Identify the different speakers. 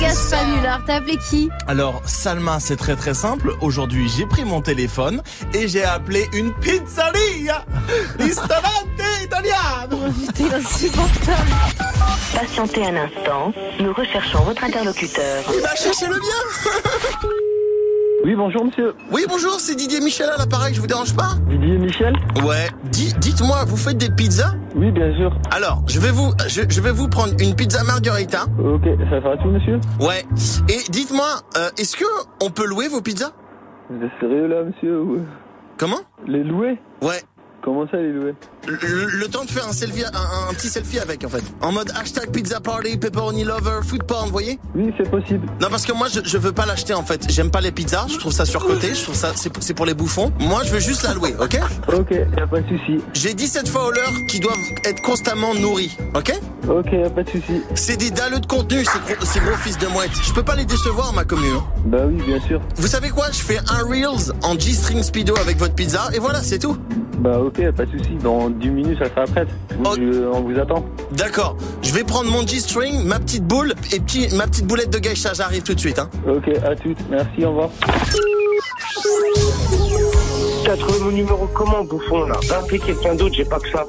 Speaker 1: Gaspanular, t'as appelé qui
Speaker 2: Alors, Salma, c'est très très simple. Aujourd'hui, j'ai pris mon téléphone et j'ai appelé une pizzeria Ristorante italiano
Speaker 1: Putain, il est insupportable.
Speaker 3: Patientez un instant, nous recherchons votre interlocuteur.
Speaker 2: Il va chercher le bien
Speaker 4: Oui, bonjour monsieur.
Speaker 2: Oui, bonjour, c'est Didier Michel à l'appareil, je vous dérange pas
Speaker 4: Didier Michel
Speaker 2: Ouais. Di- Dites-moi, vous faites des pizzas
Speaker 4: Oui, bien sûr.
Speaker 2: Alors, je vais vous je, je vais vous prendre une pizza margarita.
Speaker 4: Ok, ça fera tout monsieur
Speaker 2: Ouais. Et dites-moi, euh, est-ce que on peut louer vos pizzas
Speaker 4: Vous êtes sérieux là monsieur ou- euh,
Speaker 2: Comment
Speaker 4: Les louer
Speaker 2: Ouais.
Speaker 4: Comment ça les louer
Speaker 2: Le, le temps de faire un selfie, un, un petit selfie avec en fait. En mode hashtag pizza party, pepperoni lover, food porn, vous voyez
Speaker 4: Oui, c'est possible.
Speaker 2: Non parce que moi je, je veux pas l'acheter en fait. J'aime pas les pizzas, je trouve ça surcoté, je trouve ça c'est c'est pour les bouffons. Moi je veux juste la louer, ok
Speaker 4: Ok, y a pas de souci.
Speaker 2: J'ai 17 followers qui doivent être constamment nourris, ok
Speaker 4: Ok, y a pas de souci.
Speaker 2: C'est des dalleux de contenu, ces gros, ces gros fils de mouette. Je peux pas les décevoir ma commune. hein.
Speaker 4: Bah oui, bien sûr.
Speaker 2: Vous savez quoi Je fais un reels en G-string speedo avec votre pizza et voilà c'est tout.
Speaker 4: Bah ok, y a pas de souci. Dans 10 minutes, ça sera prête. Vous-
Speaker 2: Ok.
Speaker 4: je- on vous attend.
Speaker 2: D'accord. Je vais prendre mon G-string, ma petite boule et petit, ma petite boulette de geisha. J'arrive tout de suite. Hein.
Speaker 4: Ok, à toutes. Merci, au revoir.
Speaker 5: T'as trouvé mon numéro comment, bouffon, là Va appeler quelqu'un d'autre, j'ai pas que ça.